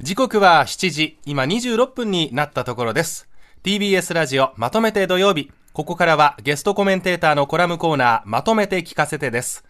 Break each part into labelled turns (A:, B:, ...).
A: 時刻は7時、今26分になったところです。TBS ラジオまとめて土曜日。ここからはゲストコメンテーターのコラムコーナーまとめて聞かせてです。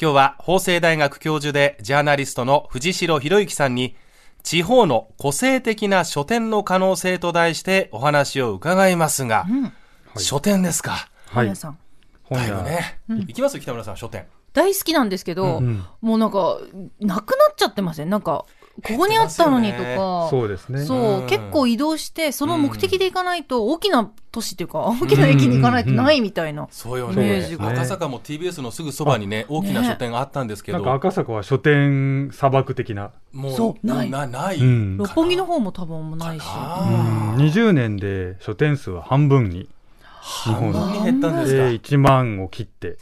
A: 今日は法政大学教授でジャーナリストの藤代博之さんに地方の個性的な書店の可能性と題してお話を伺いますが、うんはい、書店ですか。
B: はい。だい
A: ぶね、うん、行きます北村さん書店。
B: 大好きなんですけど、うんうん、もうなんかなくなっちゃってませんなんかここにあったのにとか、
C: そうですね。
B: そう、結構移動して、その目的で行かないと、大きな都市っていうか、大きな駅に行かないとないみたいな。
A: そうよね。赤坂も TBS のすぐそばにね、大きな書店があったんですけど。
C: 赤坂は書店砂漠的な。
A: もう、ない。ない。
B: 六本木の方も多分ないし。
C: 20年で書店数は半分に。
A: 半分に減ったんですか。
C: 1万を切って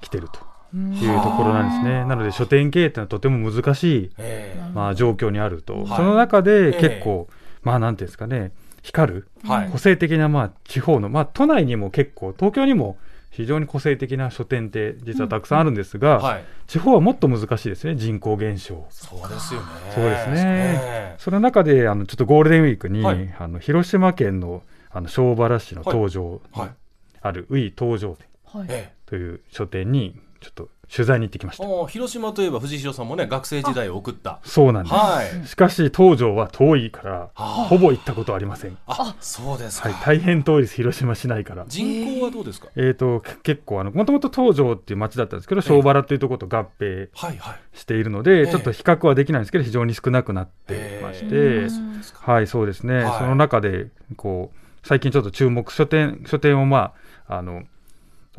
C: きてると。いうところなんですね。なので書店経営ってのはとても難しい、えー、まあ、状況にあると、はい、その中で結構、えー、まあなんていうんですかね光る、はい、個性的なまあ地方の、まあ、都内にも結構東京にも非常に個性的な書店って実はたくさんあるんですが、うんはい、地方はもっと難しいですね人口減少
A: そうですよね
C: そうですね、えー、その中であのちょっとゴールデンウィークに、あの広島県のあの庄原市の東上、あるウイ東上店という書店にちょっと取材に行ってきました
A: 広島といえば藤代さんもね学生時代を送った
C: そうなんです、はい、しかし東条は遠いからほぼ行ったことありません、
A: あそうですはい
C: 大変遠いです広島市内から
A: 人口はどうですか
C: えっ、と結構あのもともと東条っていう町だったんですけど庄原というところと合併しているので、ちょっと比較はできないんですけど非常に少なくなってまして、はいそうですね、その中でこう最近ちょっと注目書店書店をまああの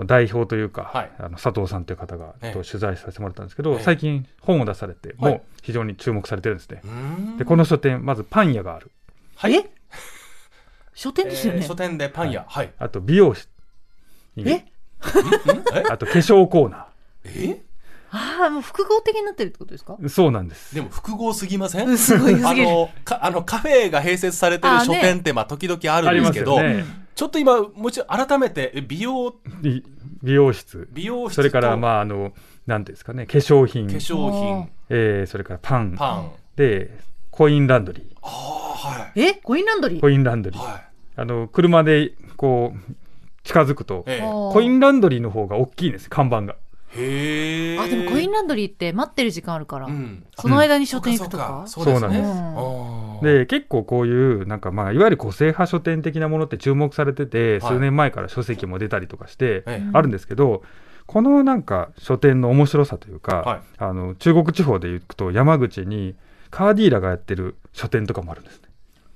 C: 代表というか、はい、あの佐藤さんという方が、ええと取材させてもらったんですけど、ええ、最近本を出されて、もう非常に注目されてるんですね。はい、でこの書店まずパン屋がある。
B: はい、書店ですよね、えー、
A: 書店でパン屋、はい、はい、
C: あと美容室
B: え
C: あと化粧コーナ
A: ー。え
B: ああ、もう複合的になってるってことですか
C: そうなんです。
A: でも複合すぎません、
B: うん、すごい。
A: あの、かあのカフェが併設されてる書店って、まあ、時々あるんですけど、ね、ちょっと今、もう一度改めて、美容、
C: 美容室。
A: 美容室。
C: それから、まあ、あの、なんていうんですかね、化粧品。
A: 化粧品。
C: えー、それからパン。
A: パン。
C: で、コインランドリー。
A: ああ、はい
B: えコインランドリー
C: コインランドリー。はい、あの、車で、こう、近づくと、ええ、コインランドリーの方が大きいんです、看板が。
A: へ
B: あでもコインランドリーって待ってる時間あるから、うん、その間に書店行くとか、
C: うん、そうなんです、で結構こういうなんかまあいわゆる個性派書店的なものって注目されてて、はい、数年前から書籍も出たりとかしてあるんですけど、はい、このなんか書店の面白さというか、はい、あの中国地方で行くと山口にカーディーラがやってる書店とかもあるんですね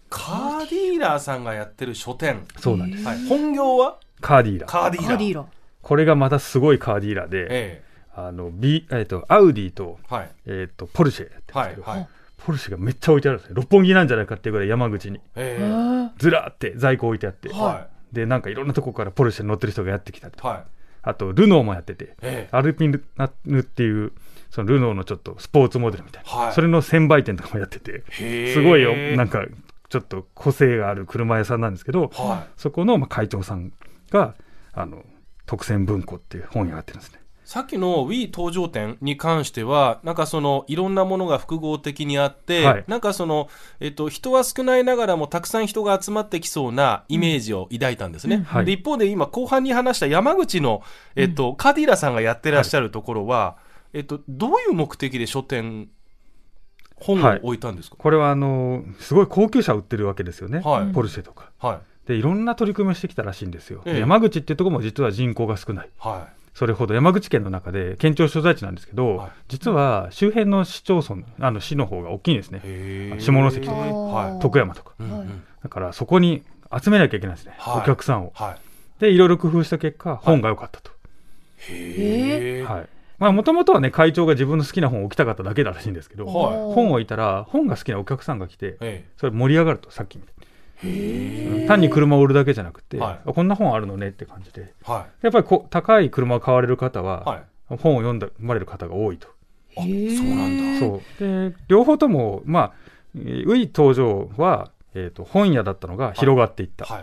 A: カーディーラーさんがやってる書店
C: そうなんです、
A: 本業は
C: カーディーラ
A: カーディーラ
C: これがまたすごいカーディーラで、ええ、あの、B、えっ、ー、と、アウディと、はい、えっ、と、ポルシェはい、はい、ポルシェがめっちゃ置いてあるんですね。六本木なんじゃないかっていうぐらい山口に。えー、ずらって在庫置いてあって、はい、で、なんかいろんなとこからポルシェに乗ってる人がやってきたりとか、はい、あと、ルノーもやってて、えー、アルピンヌっていう、そのルノーのちょっとスポーツモデルみたいな、はい、それの専売店とかもやってて、すごいよ、なんか、ちょっと個性がある車屋さんなんですけど、はい、そこのまあ会長さんが、あの、特選文庫っていう本になってるんですね。
A: さっきの Wii 登場展に関しては、なんかそのいろんなものが複合的にあって、はい、なんかその、えっと、人は少ないながらもたくさん人が集まってきそうなイメージを抱いたんですね。うんはい、で一方で今、後半に話した山口の、えっと、うん、カディラさんがやってらっしゃるところは、はい、えっと、どういう目的で書店本を置いたんですか、
C: これはあのすごい高級車売ってるわけですよね、ポルシェとか、
A: はい、
C: でいろんな取り組みをしてきたらしいんですよ、ええ、山口っていうところも実は人口が少ない、
A: はい、
C: それほど山口県の中で県庁所在地なんですけど、はい、実は周辺の市町村あの市の方が大きいんですね下関とか徳山とか、はい、だからそこに集めなきゃいけないですね、お客さんを、でいろいろ工夫した結果本が良かったと、
A: へえ、
C: はいまあ、もともとはね、会長が自分の好きな本を置きたかっただけだらしいんですけど、本を置いたら、本が好きなお客さんが来て、それ盛り上がると、さっきみたいに。単に車を売るだけじゃなくて、はい、こんな本あるのねって感じで、、
A: はい
C: やっぱりこ高い車を買われる方は、はい、本を読んだまれる方が多いと。
A: あそうなん
C: だそうで両方とも、まあ、ウイ登場は、えーと、と本屋だったのが広がっていった、
A: は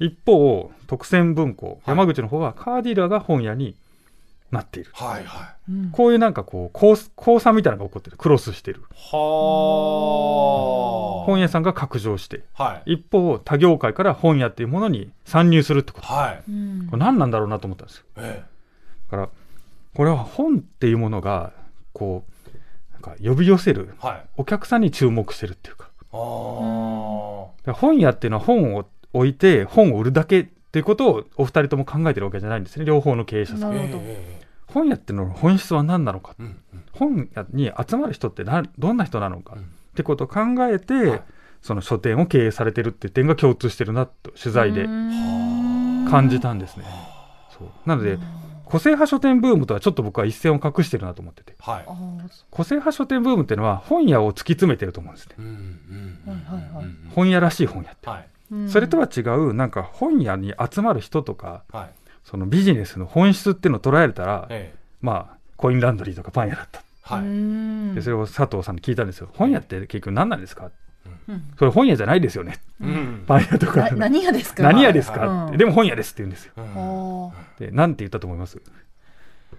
A: い
C: 一方特選文庫山口の方はカーディラが本屋になっている、
A: はいはい
C: こういうなんかこう交交差みたいなのが起こってるクロスしてる
A: はあ
C: 本屋さんが拡張して
A: はい
C: 一方他業界から本屋っていうものに参入するってこと
A: はい
B: うん
C: これ何なんだろうなと思ったんですよ
A: え
C: だからこれは本っていうものがこうなんか呼び寄せる
A: えはい
C: お客さんに注目してるっていうか
A: ああ
C: だから本屋っていうのは本を置いて本を売るだけっていうことをお二人とも考えてるわけじゃないんですね両方の経営者さん
B: なるほど
A: ええ
C: 本屋っていうのの本質は何なのか
A: ええうんうん
C: 本屋に集まる人ってなどんな人なのか
A: う
C: っ
A: ん
C: てことを考えて、
A: はい
C: その書店を経営されてるっていう点が共通してるなと取材で感じたんですね。そうなので個性派書店ブームとはちょっと僕は一線を画してるなと思ってて
A: はい
B: あーそ
C: 個性派書店ブームっていうのは本屋を突き詰めてると思うんですね。
A: うんうんうん
B: はいはいはい
A: うんうん
C: 本屋らしい本屋って。
A: はいう
B: うん
C: それとは違うなんか本屋に集まる人とか
A: はい
C: そのビジネスの本質っていうのを捉えれたら、
A: ええ
C: まあコインランドリーとかパン屋だった
A: は
B: う
A: い
B: ん
C: でそれを佐藤さんに聞いたんですよ、本屋って結局何なんですか
B: うん
C: それ本屋じゃないですよね
A: うん
C: パン屋とか
B: な何がですか
C: 何屋ですか、
B: はい
C: っ
B: うん
C: てでも本屋ですって言うんですよ
A: う
B: あ
A: ん
B: ー
C: でなんて言ったと思います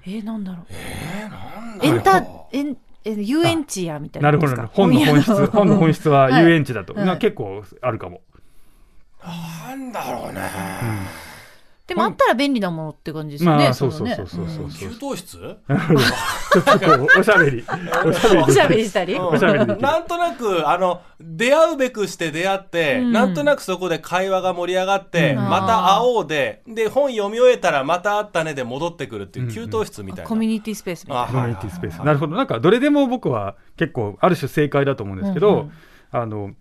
B: えー、なんだろう
A: なんだ
B: エ
A: ろう
B: ンタエンえー遊園地やみたいな
C: なる
B: こ
C: ほ
B: と
C: ど
B: です
C: な
B: か
C: 本の本質
B: 屋
C: 本の本質は
B: はい
C: 遊園地だと、
B: はい
C: な結構あるかも、
A: なんだろうね
B: でもあったら便利なものって感じですよね、
C: まあそうそ
B: の
C: う
B: ね
C: そうそうそうそう
A: 給湯室
C: ちょっとこうおしゃべりおしゃべ り
B: おしゃべり したり
C: おしゃべりできる
A: なんとなくあの出会うべくして出会って、
B: うん
A: なんとなくそこで会話が盛り上がって、
C: うん
A: また会おうでで本読み終えたらまた会ったねで戻ってくるっていう
C: うん
A: 給湯室みたいな、
B: コミュニティスペースみたいな
A: あ
C: コミュニティスペース、
A: はい
C: なるほどなんかどれでも僕は結構ある種正解だと思うんですけど、
B: うんうん
C: あの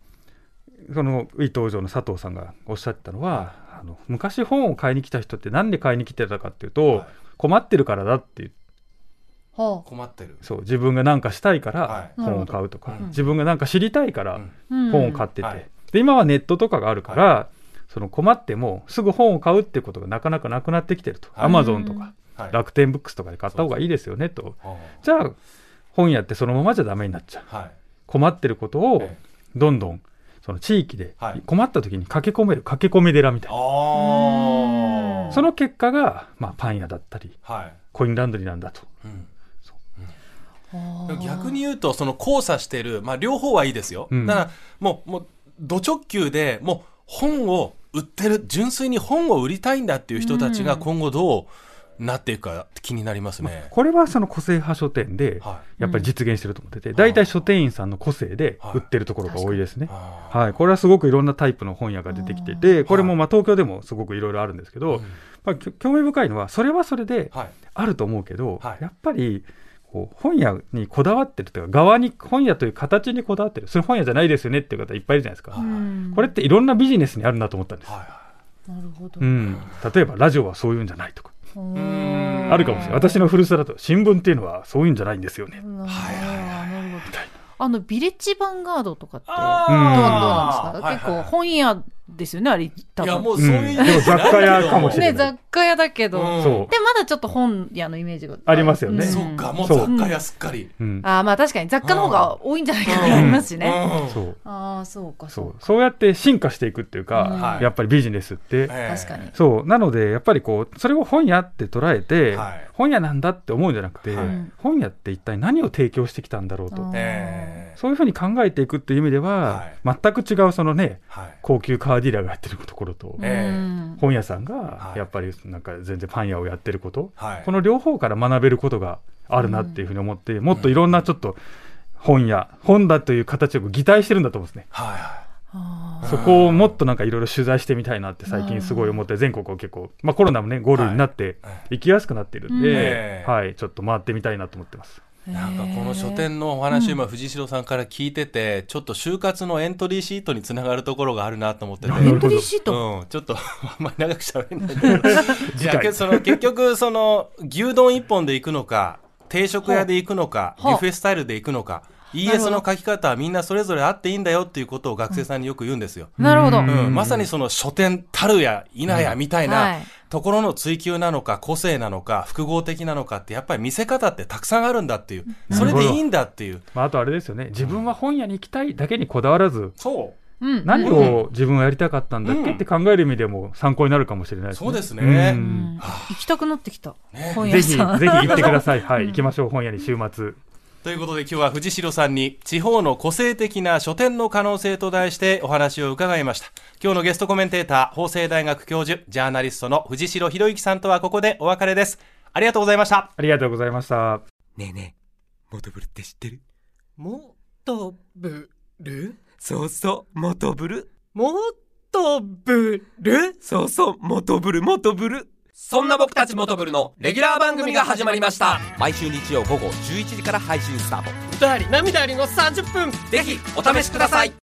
C: その伊東城の佐藤さんがおっしゃってたのはあの昔本を買いに来た人ってなんで買いに来てたかっていうと、
A: はい
C: 困ってるからだっていう
B: は
A: 困ってる
C: そう自分が何かしたいか
A: は
C: ら
A: い
C: 本を買うとか、
A: なるほどうん
C: 自分が何か知りたいから
B: あ
C: 本を買ってて、
A: はい
C: で今はネットとかがあるから、その困ってもすぐ本を買うってことがなかなかなくなってきてると、
A: はい
C: Amazon とか、
A: はい
C: 楽天ブックスとかで買った方がいいですよねと
A: は
C: じゃあ本屋ってそのままじゃダメになっちゃう
A: あはい
C: 困ってることを
A: ええ
C: どんどんその地域で
A: はい
C: 困った時に駆け込める駆け込み寺みたいな、
A: ああ
C: その結果が、まあ、パン屋だったり
A: はい、
C: コインランドリーなんだと
A: うん
B: ー
A: 逆に言うとその交差してる、まあ、両方はいいですよ、
C: うん
A: だからもうもうド直球でもう本を売ってる純粋に本を売りたいんだっていう人たちが
B: うん
A: 今後どうなっていくか気になりますね、
C: これはその個性派書店で
A: は
C: やっぱり実現してると思ってて
A: ん
C: 大体書店員さんの個性で
A: はい
C: 売ってるところが多いですね
A: い。あー
C: はい、これはすごくいろんなタイプの本屋が出てきててこれもまあ東京でもすごくいろいろあるんですけど、まあ、きょ興味深いのはそれはそれで
A: はい
C: あると思うけど、
A: はい
C: やっぱりこう本屋にこだわってるというか側に本屋という形にこだわってるそれ本屋じゃないですよねっていう方いっぱいいるじゃないですか、
A: は
B: うん
C: これっていろんなビジネスにあるなと思ったんです、
A: は
B: なるほど
C: うん、例えばラジオはそういうんじゃないとか
B: う
A: うん
C: あるかもしれない私の古さだと新聞っていうのはそういうんじゃないんですよ
B: な
C: ね
B: るほど
A: はいは
B: なるほどあのビレッジヴァンガードとかってどう
A: あー
B: なんです
A: はい
B: か
A: はい
B: 結構本屋ですよねあれ多
A: い、いや
B: 分
A: もうそういう、
C: うんでも雑貨屋かもしれない
B: ね雑貨屋だけど
A: うん
C: そう
B: でまだちょっと本屋のイメージが
C: ありますよね
A: そっかもう雑貨屋すっかり、
C: うん、
B: あーまあ確かに雑貨の方が多いんじゃないかなありますしね
A: うん
C: そう
B: ああそうか
C: そ
B: そう
C: うそうやって進化していくっていう
B: うん
C: か、
A: はい
C: やっぱりビジネスっ
A: え
C: て、
A: え
B: 確かに
C: そうなのでやっぱりこうそれを本屋って捉えて、
A: はい
C: 本屋なんだって思うんじゃなくて、
A: はい
C: 本屋って一体何を提供してきたんだろうと、
B: うん
A: ええ
C: そういうふうに考えていくっていう意味では、全く違うそのね
A: はい
C: 高級カーディーラーがやってるところと、
A: ええ
B: うん
C: 本屋さん
A: は
C: が
A: い
C: やっぱりなんか全然パン屋をやってること、
A: はい
C: この両方から学べることがあるなっていうふうに思って、もっといろんなちょっと本屋本だという形を擬態してるんだと思うんですね。
A: はいは
B: あー
C: そこをもっとなんかいろいろ取材してみたいなって最近すごい思って全国を結構、まあ、コロナもね5類になって
A: はい
C: 行きやすくなってるん
B: うん
A: え
C: で、
A: え
C: はい、ちょっと回ってみたいなと思ってます。
A: いなんかこの書店のお話を今藤代さんから聞いてて、ちょっと就活のエントリーシートにつながるところがあるなと思ってて、
C: な
B: エ
C: る
B: ン
C: ほど
B: トリーシート
A: うん、ちょっとあんまり長くしゃべんないんだけど いやけどその結局その牛丼一本で行くのか定食屋で行くのか
B: ほう
A: ビュッフェスタイルで行くのか
B: なるほ
A: ES
B: ど
A: の書き方はみんなそれぞれあっていいんだよっていうことを学生さんによく言うんですよ。
B: なるほど
C: う
A: うんんまさにその書店たるや否やみたい
B: は
A: ないところの追求なのか個性なのか複合的なのかってやっぱり見せ方ってたくさんあるんだっていうそれでいいんだっていう
C: まあ、あとあれですよね自分は本屋に行きたいだけにこだわらず
A: そう
C: うん、何を自分はやりたかったんだっけ、うん、って考える意味でも参考になるかもしれないです
A: ね。そうですね、
B: 行きたくなってきた、
C: ね、ぜひぜひ行ってください。はい、行きましょう本屋に週末。
A: ということで今日は藤代さんに地方の個性的な書店の可能性と題してお話を伺いました今日のゲストコメンテーター法政大学教授ジャーナリストの藤代博之さんとはここでお別れですありがとうございました
C: ありがとうございました
D: ねえねえモトブルって知ってる
E: モトブル
D: そうそうモトブル
E: モトブル
D: そうそうモトブルモトブル
F: そんな僕たちモトブルのレギュラー番組が始まりました
D: 毎週日曜午後11時から配信スタート
E: 歌あり涙ありの30分
F: ぜひお試しください